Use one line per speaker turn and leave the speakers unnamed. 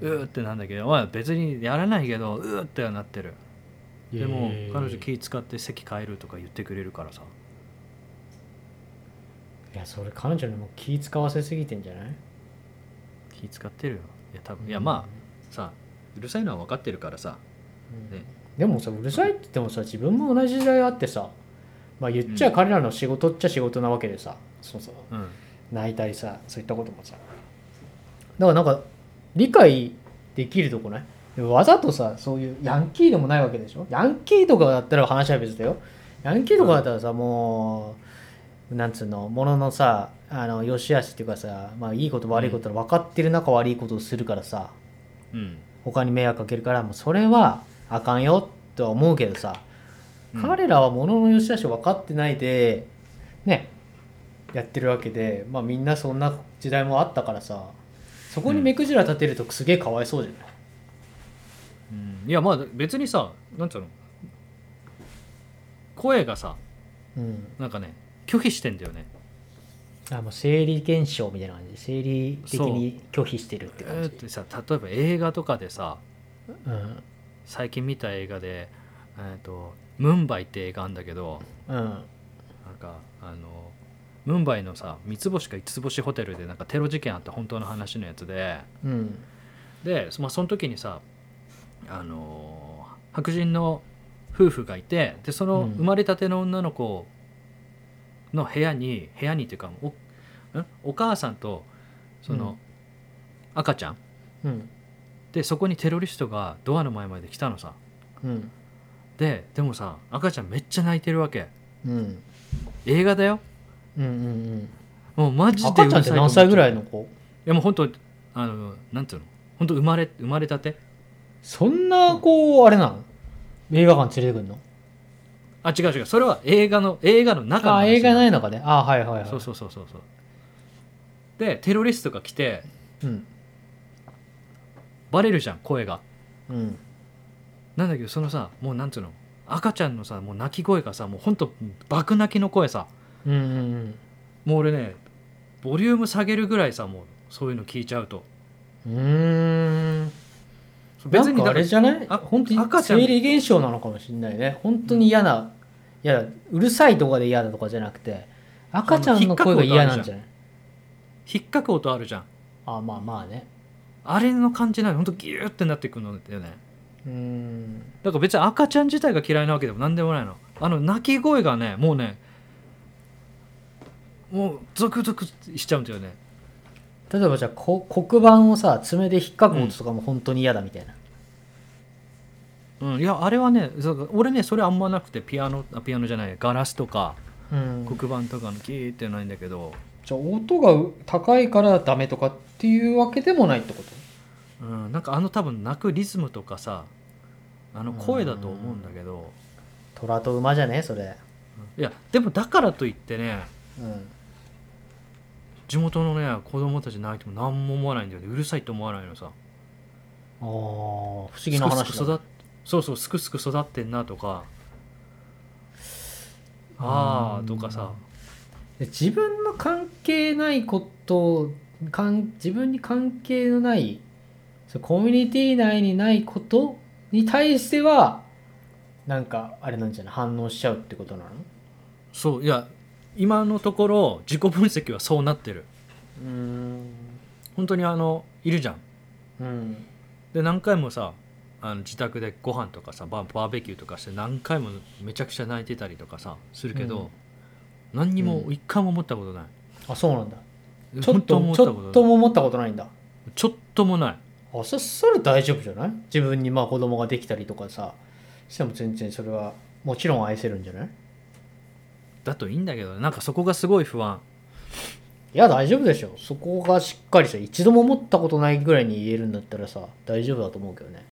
うーってなんだけど、まあ、別にやらないけどうーってはなってるでも
えー
彼女気使って席変えるとか言ってくれるからさ
いやそれ彼女にも気使わせすぎてんじゃない
気使ってるよいや多分いやまあさうるさいのは分かってるからさ
うん
ね
でもさうるさいって言ってもさ自分も同じ時代あってさまあ言っちゃ
うん
彼らの仕事っちゃ仕事なわけでさ、そうそう
うん
泣いたりさそういったこともさだからなんか理解できるとこないでもわざとさそういうヤンキーでもないわけでしょヤンキーとかだったら話は別だよヤンキーとかだったらさ、もうなんつうのもののさあの良し悪しっていうかさ、まあ、いいこと悪いこと分かってる中悪いことをするからさ
うん
他に迷惑かけるからもうそれはあかんよとは思うけどさ、
うん
彼らはものの良し悪しを分かってないでねやってるわけでまあみんなそんな時代もあったからさそこに目くじら立てるとすげえかわいそうじゃない、
うんいやまあ別にさなんつうの声がさ
うん
なんかね拒否してんだよね
あもう生理現象みたいな感じ生理的に拒否してるって
え
感
ー
じ
ってさ例えば映画とかでさ
うん
最近見た映画で「えーっとムンバイ」って映画あんだけど
うん
なんかあのムンバイのさ三つ星か五つ星ホテルでなんかテロ事件あった本当の話のやつで
うん
で、そまあ、その時にさあのー白人の夫婦がいてでその
うん
生まれたての女の子の部屋に部屋にっていうかおんお母さんとその、
うん
赤ちゃん
うん
でそこにテロリストがドアの前まで来たのさ
うん
ででもさ赤ちゃんめっちゃ泣いてるわけ
うん
映画だよ
うんうん
もうマ
う
ジ
ん
で
赤ちゃんって
うる
何
さ
歳
と思
ぐ
っちゃう
らいの子
いやもう本当あのなんていうの本当生まれ生まれたて
そんなこうあれなの映画館連れてくんの
あ違う違うそれは映画の映画の中の
あ
話
映画ない
の
のかねあはいはいはい
そうそうそうそうそうでテロリストが来て
うん
バレるじゃん声が
うん
なんだけどそのさもうなんていうの赤ちゃんのさもう泣き声がさもう本当爆泣きの声さ
うんうん
もう俺ねボリューム下げるぐらいさもうそういうの聞いちゃうと
うんうーん
別
別に
にだ
あ
から
れじゃない
あ
本当に
赤ちゃん
生理現象なのかもしれないね本当に嫌な嫌だうるさいとかで嫌だとかじゃなくて赤ちゃんの声が嫌なんじゃない
引っかく音あるじゃん
あまあまあね
あれの感じなの本当ギューってなってくるのだよね
うーん
だから別に赤ちゃん自体が嫌いなわけでも何でもないのあの泣き声がねもうねもうゾクゾクしちゃうんだよね
例えばじゃあこ黒板をさ爪で引っかく音とかも本当に嫌だみたいな、
うんいやあれはねそう俺ねそれあんまなくてピアノあピアノじゃないガラスとか
うん
黒板とかのキーってないんだけど
じゃあ音がう高いからダメとかっていうわけでもないってこと
うんなんかあの多分泣くリズムとかさあの声だと思うんだけど
虎と馬じゃねそれ
いやでもだからといってね
うん
地元のね子供たち泣いても何も思わないんだよねうるさいと思わないのさ
ああ不思
不
議な話
すく
だ
すく育っそうそうすくすく育ってんなとかああとかさ
で自分の関係ないことをかん自分に関係のないそうコミュニティ内にないことに対してはなんかあれなんじゃない反応しちゃうってことなの
そういや今のところ自己分析はそうなってる
うん
本当にあのいるじゃん
うん
で何回もさあの自宅でご飯とかさババーベキューとかして何回もめちゃくちゃ泣いてたりとかさするけど、何にも
うん
一回も思ったことない、
あそうなんだちょっ
本当
と
思っ
ち
た
ょ
こ
っ
と
と
ない
も思ったことないんだ
ちょっともない
あそそれ大丈夫じゃない自分にまあ子供ができたりとかさしても全然それはもちろん愛せるんじゃない
だといいんだけどねなんかそこがすごい不安
いや大丈夫でしょそこがしっかりさ一度も思ったことないぐらいに言えるんだったらさ大丈夫だと思うけどね